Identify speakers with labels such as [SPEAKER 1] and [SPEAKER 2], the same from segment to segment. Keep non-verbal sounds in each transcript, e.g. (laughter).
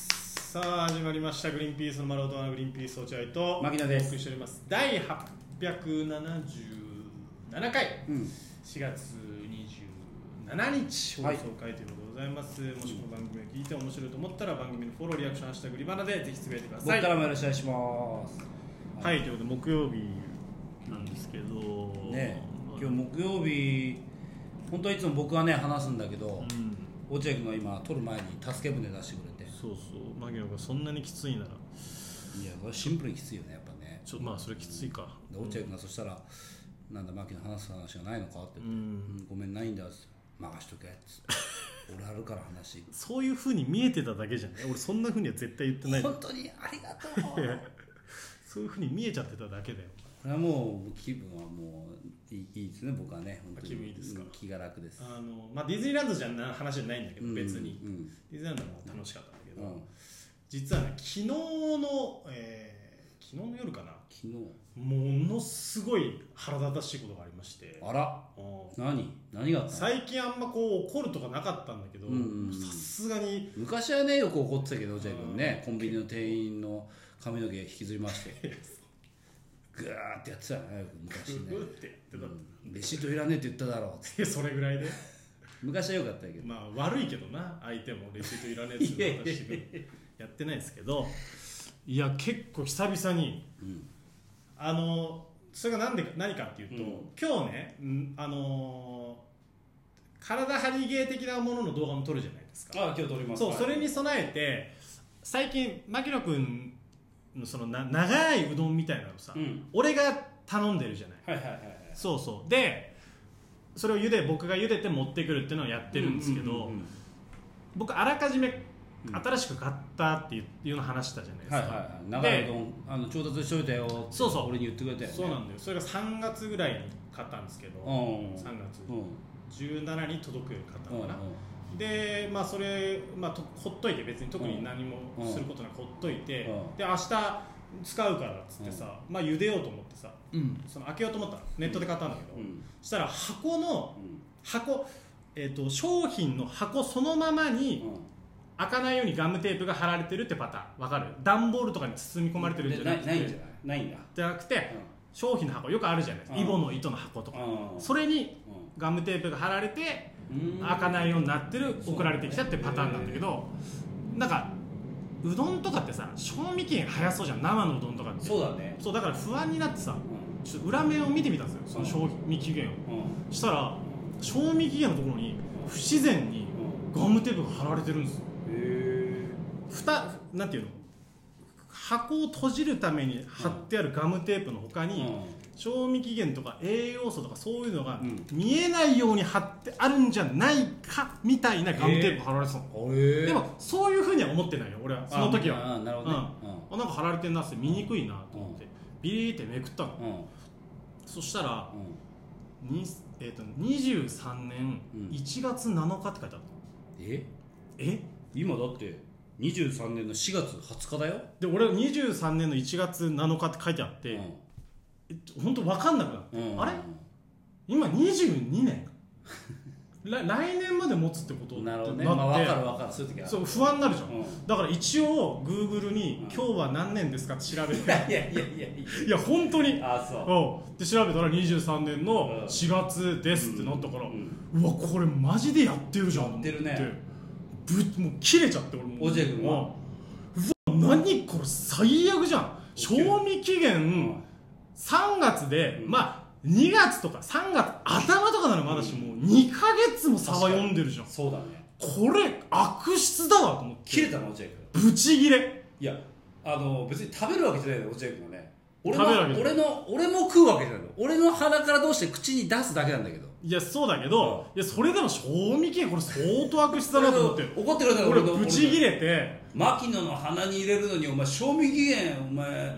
[SPEAKER 1] さあ始まりました「グリーンピースの丸大人のグリーンピース落合」と
[SPEAKER 2] 牧野です
[SPEAKER 1] お送りしております第877回
[SPEAKER 2] うん、
[SPEAKER 1] 4月27日放
[SPEAKER 2] はい
[SPEAKER 1] 送回ということでございます、もしこの番組を聞いて面白いと思ったら番組のフォローリアクション「ハッシュタグリバナ」でぜひつぶやいてくださ
[SPEAKER 2] 僕
[SPEAKER 1] い
[SPEAKER 2] か
[SPEAKER 1] は
[SPEAKER 2] ら
[SPEAKER 1] い、
[SPEAKER 2] もよろしくお願いします。
[SPEAKER 1] ということで木曜日なんですけど
[SPEAKER 2] ね、今
[SPEAKER 1] 日
[SPEAKER 2] 日木曜日、本当はいつも僕はね話すんだけど、
[SPEAKER 1] うん
[SPEAKER 2] 落合君が今取る前に助け舟出してくれて、
[SPEAKER 1] そうそう牧野がそんなにきついなら
[SPEAKER 2] いやこれシンプルにきついよねやっぱね。
[SPEAKER 1] ちょまあそれきついか
[SPEAKER 2] で落合君がそしたらなんだマキの話す話がないのかって言
[SPEAKER 1] う
[SPEAKER 2] って、
[SPEAKER 1] ん
[SPEAKER 2] うんごめんないんだっつって任しとけっつ
[SPEAKER 1] (laughs)
[SPEAKER 2] って俺あるから話。
[SPEAKER 1] そういうふうに見えてただけじゃない俺そんなふうには絶対言ってない
[SPEAKER 2] 本当にありがとう。こ
[SPEAKER 1] そういうふうに見えちゃってただけだよ
[SPEAKER 2] れはもう気分はもういいいいですね僕はね本当に
[SPEAKER 1] 気分いいですか
[SPEAKER 2] うん気が楽です。
[SPEAKER 1] あの、まあ、ディズニーランドじゃな話じゃないんだけど、別に
[SPEAKER 2] うん
[SPEAKER 1] ディズニーランドも楽しかったんだけ
[SPEAKER 2] う
[SPEAKER 1] ど、
[SPEAKER 2] んうん
[SPEAKER 1] 実はね昨日の、えー昨日の夜かな
[SPEAKER 2] 昨日
[SPEAKER 1] ものすごい腹立たしいことがありまして
[SPEAKER 2] あら
[SPEAKER 1] うん
[SPEAKER 2] 何何があったの
[SPEAKER 1] 最近あんまこう怒るとかなかったんだけど
[SPEAKER 2] うんうんうん
[SPEAKER 1] さすがに
[SPEAKER 2] 昔はねよく怒ってたけど落合君ねコンビニの店員の髪の毛引きずりましてグーってやってたよねよく昔
[SPEAKER 1] う
[SPEAKER 2] ね
[SPEAKER 1] ーってやってた、い
[SPEAKER 2] うんレシートいらねえって言っただろうっつって
[SPEAKER 1] やそれぐらいで
[SPEAKER 2] 昔はよかったけど
[SPEAKER 1] まあ悪いけどな相手もレシートいらねえっていうのは私がやってないですけどいや結構久々に
[SPEAKER 2] うん
[SPEAKER 1] あのそれが何で何かっていうと、
[SPEAKER 2] うん
[SPEAKER 1] 今日ね、うんあのー体張り芸的なものの動画も撮るじゃないですか
[SPEAKER 2] あ今日撮り
[SPEAKER 1] そうそれに備えて最近牧野君のそのな長いうどんみたいなのさ、
[SPEAKER 2] うん
[SPEAKER 1] 俺が頼んでるじゃない
[SPEAKER 2] はいはいはいはい
[SPEAKER 1] そうそうでそれを茹で僕が茹でて持ってくるっていうのをやってるんですけど、
[SPEAKER 2] うんうんうん
[SPEAKER 1] 僕あらかじめ
[SPEAKER 2] うん
[SPEAKER 1] 新しく買ったっていういうの話したじゃないですか、
[SPEAKER 2] はいはいはい長いうど
[SPEAKER 1] で
[SPEAKER 2] んあの調達しといたよって
[SPEAKER 1] そうそう
[SPEAKER 2] 俺に言ってくれたよね
[SPEAKER 1] そうなんだよそれが3月ぐらいに買ったんですけど、
[SPEAKER 2] うん
[SPEAKER 1] 3月
[SPEAKER 2] うん
[SPEAKER 1] 17に届くように買った
[SPEAKER 2] うん
[SPEAKER 1] の
[SPEAKER 2] う
[SPEAKER 1] か
[SPEAKER 2] ん
[SPEAKER 1] な、でまあそれ、まあ、とほっといて別に特に何も
[SPEAKER 2] うん
[SPEAKER 1] することなくほっといて、
[SPEAKER 2] うん
[SPEAKER 1] で明日使うからっつってさ、まあ茹でようと思ってさ
[SPEAKER 2] うん
[SPEAKER 1] その開けようと思ったのネットで買ったんだけど、
[SPEAKER 2] うん
[SPEAKER 1] そしたら箱の
[SPEAKER 2] うん
[SPEAKER 1] 箱えー、と商品の箱そのままに、開かないようにガムテープが貼られてるってパターンわかる段ボールとかに包み込まれてるんじゃなくて
[SPEAKER 2] ないないんじゃないないんだ
[SPEAKER 1] じゃなくて商品の箱よくあるじゃないですか
[SPEAKER 2] うん
[SPEAKER 1] イボの糸の箱とか
[SPEAKER 2] うん
[SPEAKER 1] それに
[SPEAKER 2] う
[SPEAKER 1] ガムテープが貼られて
[SPEAKER 2] ん
[SPEAKER 1] 開かないようになってる送られてきたってパターンなんだけどなんかうどんとかってさ賞味期限早そうじゃん生のうどんとかって
[SPEAKER 2] そうだね
[SPEAKER 1] そうだから不安になってさ
[SPEAKER 2] う
[SPEAKER 1] ちょっと裏面を見てみたんですよその賞味期限を
[SPEAKER 2] んうん
[SPEAKER 1] したら賞味期限のところに不自然にガムテープが貼られてるんですよ
[SPEAKER 2] へ
[SPEAKER 1] ふたなんていうの箱を閉じるために貼ってあるガムテープの他
[SPEAKER 2] え
[SPEAKER 1] に、賞味期限とか栄養素とかそういうのが
[SPEAKER 2] うん
[SPEAKER 1] 見えないように貼ってあるんじゃないかみたいなガムテープ貼られてたの、
[SPEAKER 2] え
[SPEAKER 1] でもそういうふうには思ってないよ俺はその時は
[SPEAKER 2] あなるほどね
[SPEAKER 1] あなんか貼られてんなって見にくいなと思って、ビリーってめくったの
[SPEAKER 2] うんうん
[SPEAKER 1] そしたら、にえー、と23年
[SPEAKER 2] うん
[SPEAKER 1] 1月7日って書いてあったの、
[SPEAKER 2] え
[SPEAKER 1] え
[SPEAKER 2] 今だって23年の4月20日だよ
[SPEAKER 1] で俺は23年の1月7日って書いてあって、えっと本当分かんなくなって、
[SPEAKER 2] うんうん
[SPEAKER 1] あれ今22年ら (laughs) 来年まで持つってこと
[SPEAKER 2] なるほど
[SPEAKER 1] っ
[SPEAKER 2] ね
[SPEAKER 1] て
[SPEAKER 2] ま
[SPEAKER 1] な
[SPEAKER 2] あ
[SPEAKER 1] って、
[SPEAKER 2] 分かる分かるそういう時は
[SPEAKER 1] そう不安になるじゃん、
[SPEAKER 2] うん
[SPEAKER 1] だから一応グーグルに「
[SPEAKER 2] うん
[SPEAKER 1] 今日は何年ですか?」って調べ
[SPEAKER 2] (laughs) い
[SPEAKER 1] て、 (laughs)
[SPEAKER 2] やいやいやいやい
[SPEAKER 1] いや本当に
[SPEAKER 2] やあそう
[SPEAKER 1] うんで調べたら23年
[SPEAKER 2] う
[SPEAKER 1] の
[SPEAKER 2] ん
[SPEAKER 1] 4月ですってなったから、う
[SPEAKER 2] うん
[SPEAKER 1] わこれマジでやってるじゃんと思
[SPEAKER 2] やってるね
[SPEAKER 1] ぶもう切れちゃって俺もう
[SPEAKER 2] 落合君は
[SPEAKER 1] うんうわ何これ最悪じゃん賞味期限、
[SPEAKER 2] うん
[SPEAKER 1] 3月で、
[SPEAKER 2] うん
[SPEAKER 1] まあ2月とか3月頭とかならまだしもう2か月も差は読んでるじゃん
[SPEAKER 2] そうだね
[SPEAKER 1] これ悪質だわと思って
[SPEAKER 2] 切れたの落合君
[SPEAKER 1] ブチギレ
[SPEAKER 2] いやあの別に食べるわけじゃないの落合君はね俺
[SPEAKER 1] 食べるわけ
[SPEAKER 2] の
[SPEAKER 1] じゃ
[SPEAKER 2] 俺の俺も食うわけじゃないの俺の鼻からどうして口に出すだけなんだけど
[SPEAKER 1] いやそうだけど、いやそれでも賞味期限これ相当悪質だなと思って
[SPEAKER 2] 俺の怒ってくれたの
[SPEAKER 1] 俺
[SPEAKER 2] の
[SPEAKER 1] ブチギレて
[SPEAKER 2] 牧野の鼻に入れるのにお前賞味期限お前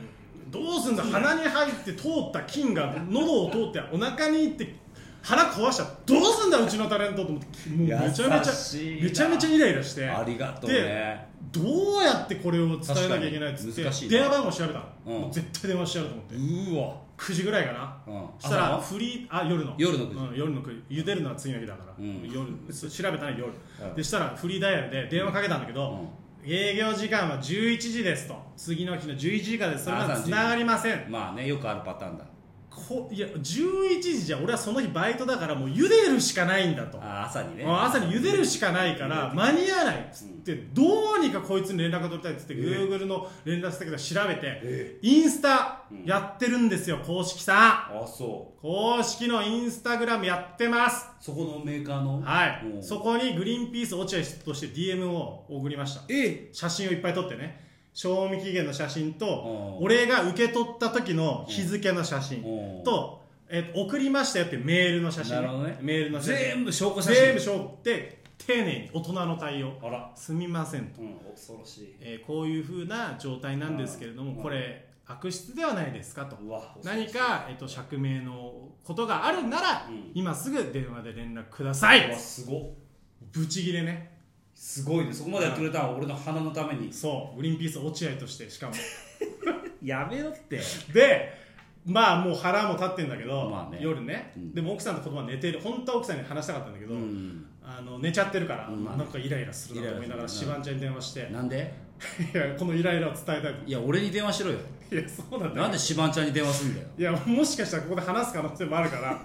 [SPEAKER 1] どうすんだ鼻に入って通った菌が喉を通ってお腹にいって腹壊したどうすんだうちのタレントと思ってもうめちゃめちゃ
[SPEAKER 2] 優しいな
[SPEAKER 1] めちゃめちゃイライラして
[SPEAKER 2] ありがとうね
[SPEAKER 1] どうやってこれを伝えなきゃいけないっつって
[SPEAKER 2] 確かに難しいな
[SPEAKER 1] 電話番号調べたの、
[SPEAKER 2] うん
[SPEAKER 1] もう絶対電話してやると思って
[SPEAKER 2] うわ、
[SPEAKER 1] 9時ぐらいかな
[SPEAKER 2] うん、
[SPEAKER 1] そしたら
[SPEAKER 2] 朝
[SPEAKER 1] フリーあ夜の
[SPEAKER 2] 夜の9時
[SPEAKER 1] うん、夜の9時茹でるのは次の日だから、
[SPEAKER 2] うん (laughs)
[SPEAKER 1] 夜そ調べたのは夜、
[SPEAKER 2] うん
[SPEAKER 1] でしたらフリーダイヤルで電話かけたんだけど、
[SPEAKER 2] の
[SPEAKER 1] 営業時間は11時ですと次の日の11時からですそれまでつながりません
[SPEAKER 2] まあねよくあるパターンだ
[SPEAKER 1] こいや11時じゃ俺はその日バイトだからもう茹でるしかないんだと
[SPEAKER 2] あ朝にね
[SPEAKER 1] もう朝に茹でるしかないから間に合わないっつってどうにかこいつに連絡が取りたいっつって
[SPEAKER 2] ええ
[SPEAKER 1] Google の連絡先を調べて
[SPEAKER 2] え
[SPEAKER 1] インスタやってるんですよ公式さん
[SPEAKER 2] あそう
[SPEAKER 1] 公式のインスタグラムやってます
[SPEAKER 2] そこのメーカーの
[SPEAKER 1] は
[SPEAKER 2] うん
[SPEAKER 1] いそこにグリーンピース落合として DM を送りました
[SPEAKER 2] え
[SPEAKER 1] 写真をいっぱい撮ってね賞味期限の写真と
[SPEAKER 2] うん
[SPEAKER 1] 俺が受け取った時の日付の写真
[SPEAKER 2] うん
[SPEAKER 1] と、えっと送りましたよってメールの写真
[SPEAKER 2] なるほどね
[SPEAKER 1] メールの写真
[SPEAKER 2] 全部証拠写真
[SPEAKER 1] 全部しょって丁寧に大人の対応
[SPEAKER 2] あら、
[SPEAKER 1] すみませんと、
[SPEAKER 2] うん、恐ろしい
[SPEAKER 1] えーこういうふうな状態なんですけれど
[SPEAKER 2] うん
[SPEAKER 1] もこれ悪質ではないですかと
[SPEAKER 2] うわ恐ろしい
[SPEAKER 1] 何か、えっと釈明のことがあるなら、
[SPEAKER 2] うん
[SPEAKER 1] 今すぐ電話で連絡くださいう
[SPEAKER 2] わすごっ
[SPEAKER 1] ブチギレね
[SPEAKER 2] すごいねそこまでやってくれたのは俺の鼻のために
[SPEAKER 1] そうグリーンピース落合としてしかも (laughs)
[SPEAKER 2] やめろって
[SPEAKER 1] でまあもう腹も立ってんだけど、
[SPEAKER 2] まあね
[SPEAKER 1] 夜ね、
[SPEAKER 2] うん
[SPEAKER 1] でも奥さんと子供は寝てる本当は奥さんに話したかったんだけど、
[SPEAKER 2] うん
[SPEAKER 1] あの寝ちゃってるから、
[SPEAKER 2] うんまあね
[SPEAKER 1] なんかイライラするなと思いなが
[SPEAKER 2] イライラ
[SPEAKER 1] ら
[SPEAKER 2] す
[SPEAKER 1] シ
[SPEAKER 2] るな
[SPEAKER 1] バンちゃんに電話して (laughs)
[SPEAKER 2] なんで
[SPEAKER 1] いやこのイライラを伝えたいと
[SPEAKER 2] いや俺に電話しろよ
[SPEAKER 1] いやそうなんだ
[SPEAKER 2] なんでシバンちゃんに電話すんだよ
[SPEAKER 1] いやもしかしたらここで話す可能性もあるから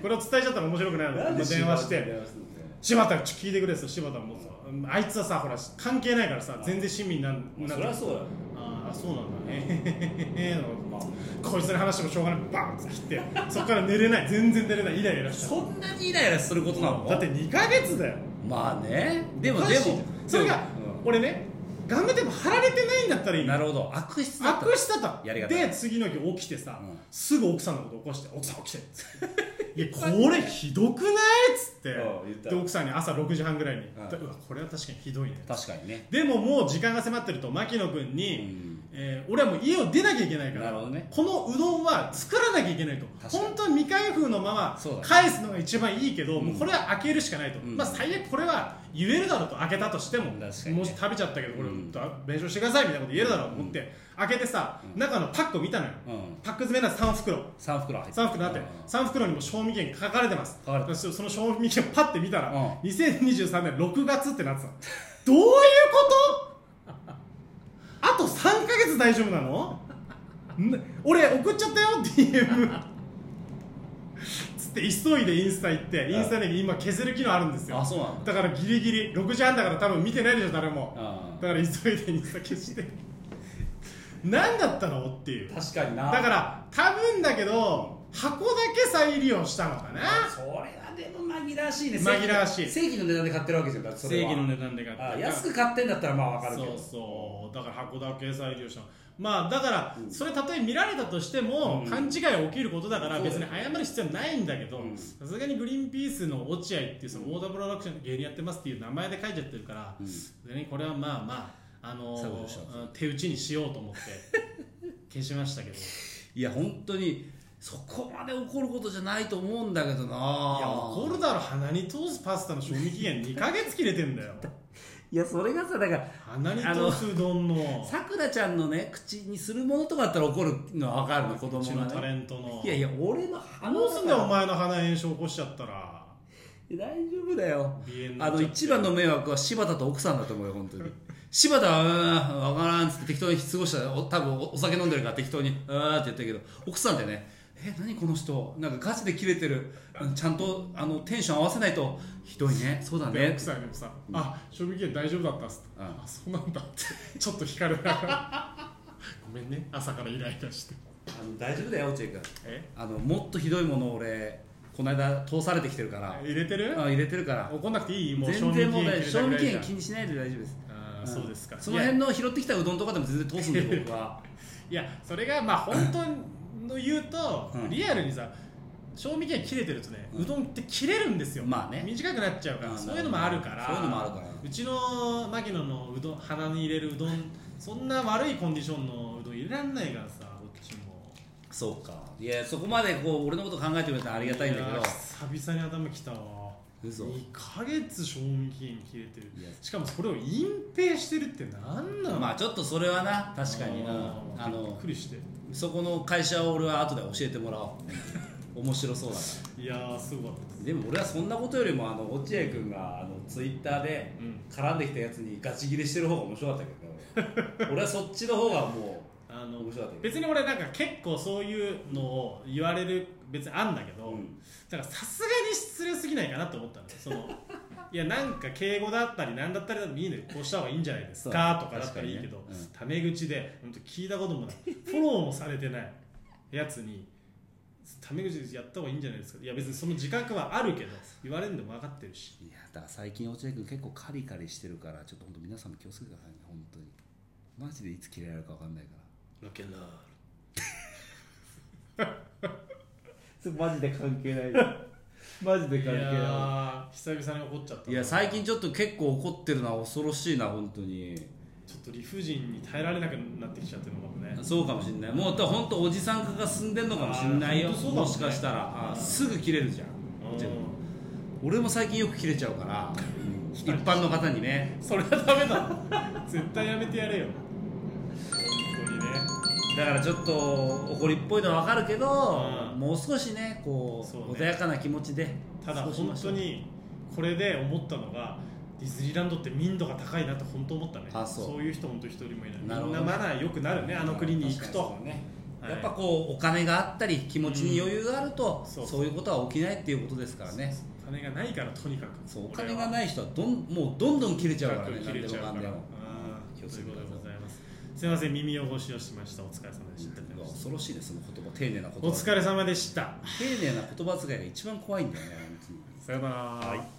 [SPEAKER 1] これを伝えちゃったら面白くないので電話して「柴田ちょっと聞いてくれ」っすよ柴田もさあいつはさほら関係ないからさ全然親身になん
[SPEAKER 2] まあ
[SPEAKER 1] な
[SPEAKER 2] そりゃ
[SPEAKER 1] う
[SPEAKER 2] そうだよ
[SPEAKER 1] ああそうなんだねえへへへへへの
[SPEAKER 2] まあ
[SPEAKER 1] こいつに話してもしょうがないバーンって切ってそっから寝れない全然寝れないイライラし
[SPEAKER 2] そんなにイライラすることなの
[SPEAKER 1] ただって2ヶ月だよ
[SPEAKER 2] まあねでも
[SPEAKER 1] おか
[SPEAKER 2] で
[SPEAKER 1] しい
[SPEAKER 2] も
[SPEAKER 1] それが
[SPEAKER 2] でも
[SPEAKER 1] 俺ねガムテープ貼られてないんだったらい
[SPEAKER 2] うん
[SPEAKER 1] い
[SPEAKER 2] なるほど悪質だった
[SPEAKER 1] 悪したと
[SPEAKER 2] やり方
[SPEAKER 1] で次の日起きてさ、
[SPEAKER 2] うん
[SPEAKER 1] すぐ奥さんのこと起こして「奥さん起きて」い
[SPEAKER 2] (laughs)
[SPEAKER 1] やこれひどくない?」っつって
[SPEAKER 2] うん言った
[SPEAKER 1] で奥さんに朝6時半ぐらいに「
[SPEAKER 2] うん
[SPEAKER 1] うわこれは確かにひどいね」
[SPEAKER 2] 確かにね
[SPEAKER 1] でももう時間が迫ってると牧野君
[SPEAKER 2] う
[SPEAKER 1] に、
[SPEAKER 2] ん
[SPEAKER 1] えー俺はもう家を出なきゃいけないか
[SPEAKER 2] な
[SPEAKER 1] ら
[SPEAKER 2] るほどね
[SPEAKER 1] このうどんは作らなきゃいけないと
[SPEAKER 2] 確かに
[SPEAKER 1] 本当は未開封のまま
[SPEAKER 2] そうだね
[SPEAKER 1] 返すのが一番いいけど、もうこれは開けるしかないと、
[SPEAKER 2] うん
[SPEAKER 1] まあ、最悪これは言えるだろうと開けたとしても、
[SPEAKER 2] 確か
[SPEAKER 1] もし
[SPEAKER 2] にね
[SPEAKER 1] 食べちゃったけどこれ、
[SPEAKER 2] うん
[SPEAKER 1] 弁償してくださいみたいなこと言えるだろうと思って、開けてさ、中のパックを見たのよ、
[SPEAKER 2] うん
[SPEAKER 1] パック詰めな3袋
[SPEAKER 2] 3袋入って
[SPEAKER 1] 3袋あって3袋にも賞味期限書かれてます
[SPEAKER 2] 書かれて
[SPEAKER 1] その賞味期限パッて見たら、
[SPEAKER 2] う
[SPEAKER 1] 2023年6月ってなってたどういうこと (laughs) あと3ヶ月大丈夫なのん俺送っちゃったよ DM つって急いでインスタ行ってインスタで今削る機能あるんです
[SPEAKER 2] あ
[SPEAKER 1] よ
[SPEAKER 2] そうなんだ
[SPEAKER 1] だからギリギリ6時半だから多分見てないでしょ誰も
[SPEAKER 2] あ
[SPEAKER 1] だから急いでインスタ消して
[SPEAKER 2] (laughs)
[SPEAKER 1] 何だったのっていう
[SPEAKER 2] ー確かにな
[SPEAKER 1] だから多分だけど箱だけ再利用したのかな
[SPEAKER 2] それはでも紛らわしいね
[SPEAKER 1] 紛らわしい
[SPEAKER 2] 正規の値段で買ってるわけですよだってそれは
[SPEAKER 1] 値段で買
[SPEAKER 2] あ安く買ってんだったらまあわかるけ
[SPEAKER 1] そ
[SPEAKER 2] ど
[SPEAKER 1] うそうだから箱だけ再利用したのまあだからそれたとえ見られたとしても
[SPEAKER 2] うん
[SPEAKER 1] 勘違いは起きることだから
[SPEAKER 2] そうだ
[SPEAKER 1] 別
[SPEAKER 2] よ
[SPEAKER 1] に
[SPEAKER 2] ね
[SPEAKER 1] 謝る必要ないんだけど
[SPEAKER 2] うん
[SPEAKER 1] さすがにグリーンピースの落合っていうそのオーダープロダクションで芸人やってますっていう名前で書いちゃってるから
[SPEAKER 2] うん
[SPEAKER 1] それにこれはまあまああの
[SPEAKER 2] 削除した
[SPEAKER 1] うん手打ちにしようと思って消しましたけど
[SPEAKER 2] いや本当にそこまで怒ることじゃないと思うんだけどない
[SPEAKER 1] いや怒るだろ鼻に通すパスタの賞味期限2ヶ月切れてんだよ
[SPEAKER 2] いやそれがさだから
[SPEAKER 1] 鼻に通すうどんの
[SPEAKER 2] さくらちゃんのね口にするものとかだったら怒るのは分かるの子
[SPEAKER 1] うち
[SPEAKER 2] 供
[SPEAKER 1] の
[SPEAKER 2] が
[SPEAKER 1] タ
[SPEAKER 2] ね
[SPEAKER 1] レントの
[SPEAKER 2] いやいや俺の
[SPEAKER 1] どうすんだよお
[SPEAKER 2] 大
[SPEAKER 1] 前の鼻炎症起こしちゃったら
[SPEAKER 2] 丈夫だよ
[SPEAKER 1] 鼻炎にな
[SPEAKER 2] あ
[SPEAKER 1] っちゃっ
[SPEAKER 2] の
[SPEAKER 1] て
[SPEAKER 2] 一番の迷惑は柴田と奥さんだと思うよ本当に柴田は「うーん分からん」っつって適当に過ごしたお多分おお酒飲んでるから適当に「うーん」って言ったけど奥さんでね「え何この人なんかガチでキレてるうんちゃんとあのテンション合わせないとひどいねそうだ
[SPEAKER 1] で
[SPEAKER 2] ね
[SPEAKER 1] 奥さんにもさ「あ賞味期限大丈夫だったっす」
[SPEAKER 2] うん
[SPEAKER 1] あそうなんだ」ってちょっと引かれながらごめんね朝からイライラして
[SPEAKER 2] あの大丈夫だよ落合君
[SPEAKER 1] え
[SPEAKER 2] あのもっとひどいものを俺この間通されてきてるから
[SPEAKER 1] 入れてる
[SPEAKER 2] あ入れてるから
[SPEAKER 1] 怒んなくていいもう賞
[SPEAKER 2] 全
[SPEAKER 1] 味期
[SPEAKER 2] 然
[SPEAKER 1] 限
[SPEAKER 2] 問
[SPEAKER 1] 切
[SPEAKER 2] 題
[SPEAKER 1] れ
[SPEAKER 2] ない
[SPEAKER 1] た
[SPEAKER 2] 賞
[SPEAKER 1] ぐ
[SPEAKER 2] 味
[SPEAKER 1] ら
[SPEAKER 2] 期
[SPEAKER 1] いじゃ
[SPEAKER 2] 限
[SPEAKER 1] ん
[SPEAKER 2] 気にしないで大丈夫です
[SPEAKER 1] あ
[SPEAKER 2] う
[SPEAKER 1] ー
[SPEAKER 2] ん
[SPEAKER 1] そうですか
[SPEAKER 2] その辺の拾ってきたうどんとかでも全然通すんで僕は
[SPEAKER 1] いやそれがまあ本当の言うと、
[SPEAKER 2] うん
[SPEAKER 1] リアルにさ賞味期限切れてるとね、うどんって切れるんですよ
[SPEAKER 2] まあね
[SPEAKER 1] 短くなっちゃうから、
[SPEAKER 2] うん
[SPEAKER 1] そういうのもあるから
[SPEAKER 2] そういうのもあるから
[SPEAKER 1] うちの牧野のうどん鼻に入れるうどんそんな悪いコンディションのうどん入れられないからさこっちも
[SPEAKER 2] そうかいやそこまでこう俺のこと考えてくれたらありがたいんだけど
[SPEAKER 1] や久々に頭きたわ
[SPEAKER 2] 嘘
[SPEAKER 1] 2ヶ月賞味期限切れてる
[SPEAKER 2] いや
[SPEAKER 1] しかもそれを隠蔽してるって何なの
[SPEAKER 2] まあちょっとそれはな確かにな
[SPEAKER 1] あ
[SPEAKER 2] あ
[SPEAKER 1] のびっ
[SPEAKER 2] の
[SPEAKER 1] くりして
[SPEAKER 2] そこの会社を俺は後で教えてもらおう面白そうだない
[SPEAKER 1] やーすごかったです
[SPEAKER 2] でも俺はそんなことよりもあの落合君があのツイッターで
[SPEAKER 1] うん
[SPEAKER 2] 絡んできたやつにガチギレしてる方が面白かったけ
[SPEAKER 1] (laughs)
[SPEAKER 2] ど俺俺はそっちの方がも
[SPEAKER 1] あ
[SPEAKER 2] う
[SPEAKER 1] の
[SPEAKER 2] 面白かったけど
[SPEAKER 1] 別に俺なんか結構そういうのを言われる別にあんだけど、
[SPEAKER 2] うん
[SPEAKER 1] だからさすがに失礼すぎないかなと思ったのよそ
[SPEAKER 2] (laughs)
[SPEAKER 1] のいやなんか敬語だったり何だったりでもいいのよこうした方がいいんじゃないですか
[SPEAKER 2] そう
[SPEAKER 1] とかだったらいいけど、
[SPEAKER 2] 確かにねうん
[SPEAKER 1] タメ口で本当聞いたこともないフォローもされてないやつにタメ口でやった方がいいんじゃないですかいや別にその自覚はあるけど言われるのも分かってるし
[SPEAKER 2] いやだから最近落合君結構カリカリしてるからちょっと本当皆さんも気をつけてくださいね本当にマジでいつ切れられるか分かんないから
[SPEAKER 1] ロケンロール
[SPEAKER 2] それマジで関係ないマジで
[SPEAKER 1] いやー久々に怒っちゃったない
[SPEAKER 2] や最近ちょっと結構怒ってるのは恐ろしいな本当に
[SPEAKER 1] ちょっと理不尽に耐えられなくなってきちゃってるのかもね
[SPEAKER 2] そうかもしんないもうだから本当おじさん化が進んでんのかもしんないよ
[SPEAKER 1] あー本当そうだもん
[SPEAKER 2] も
[SPEAKER 1] ね
[SPEAKER 2] しかしたらあーすぐ切れるじゃん落合君俺も最近よく切れちゃうから一般の方にね
[SPEAKER 1] それはダメ
[SPEAKER 2] (laughs)
[SPEAKER 1] だ絶対やめてやれよ本当にね
[SPEAKER 2] だからちょっと怒りっぽいのはわかるけど、
[SPEAKER 1] うん
[SPEAKER 2] もう少しねこう
[SPEAKER 1] そうね
[SPEAKER 2] 穏やかな気持ちで
[SPEAKER 1] ただ
[SPEAKER 2] 過ごし
[SPEAKER 1] 本
[SPEAKER 2] ましょ
[SPEAKER 1] 当
[SPEAKER 2] う
[SPEAKER 1] にこれで思ったのがディズニーランドって民度が高いなと本当思ったね
[SPEAKER 2] あそう
[SPEAKER 1] いう人本当一人もいない
[SPEAKER 2] なるほ
[SPEAKER 1] みん
[SPEAKER 2] ど
[SPEAKER 1] なマナー良くなるねあの国に行く
[SPEAKER 2] 確
[SPEAKER 1] と
[SPEAKER 2] かにそうね
[SPEAKER 1] はい
[SPEAKER 2] やっぱこうお金があったり気持ちに余裕があると、
[SPEAKER 1] そう
[SPEAKER 2] そういうことは起きないっていうことですからね
[SPEAKER 1] お金がないからとにかく
[SPEAKER 2] そうお金が
[SPEAKER 1] い
[SPEAKER 2] ない人はどんもうどんどん切れちゃうからね
[SPEAKER 1] 切
[SPEAKER 2] 何
[SPEAKER 1] れ
[SPEAKER 2] で
[SPEAKER 1] ち
[SPEAKER 2] も
[SPEAKER 1] ゃ
[SPEAKER 2] か
[SPEAKER 1] うんか
[SPEAKER 2] で
[SPEAKER 1] ら
[SPEAKER 2] も
[SPEAKER 1] あー
[SPEAKER 2] 気をつ
[SPEAKER 1] とい
[SPEAKER 2] け
[SPEAKER 1] う
[SPEAKER 2] て
[SPEAKER 1] こ
[SPEAKER 2] く
[SPEAKER 1] と
[SPEAKER 2] ださい
[SPEAKER 1] でございますすいません耳汚しをしましたお疲れ様でした
[SPEAKER 2] 恐ろしいねその言葉丁寧な言葉
[SPEAKER 1] お疲れ様でした
[SPEAKER 2] 丁寧な言葉遣いが一番怖いんだよね本当に
[SPEAKER 1] さよなら、
[SPEAKER 2] はい